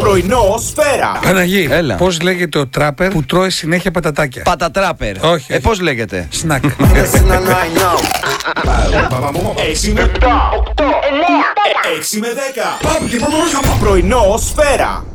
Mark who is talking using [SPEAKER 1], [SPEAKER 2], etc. [SPEAKER 1] Πρωινό σφαίρα.
[SPEAKER 2] Παναγί,
[SPEAKER 3] Έλα.
[SPEAKER 2] πώς λέγεται ο τράπερ που τρώει συνέχεια πατατάκια.
[SPEAKER 3] Πατατράπερ.
[SPEAKER 2] Όχι,
[SPEAKER 3] Ε,
[SPEAKER 2] όχι.
[SPEAKER 3] πώς λέγεται.
[SPEAKER 2] Σνακ.
[SPEAKER 1] Έξι Ε, με 8, 8, 9, 6 με 10. Πρωινό σφαίρα.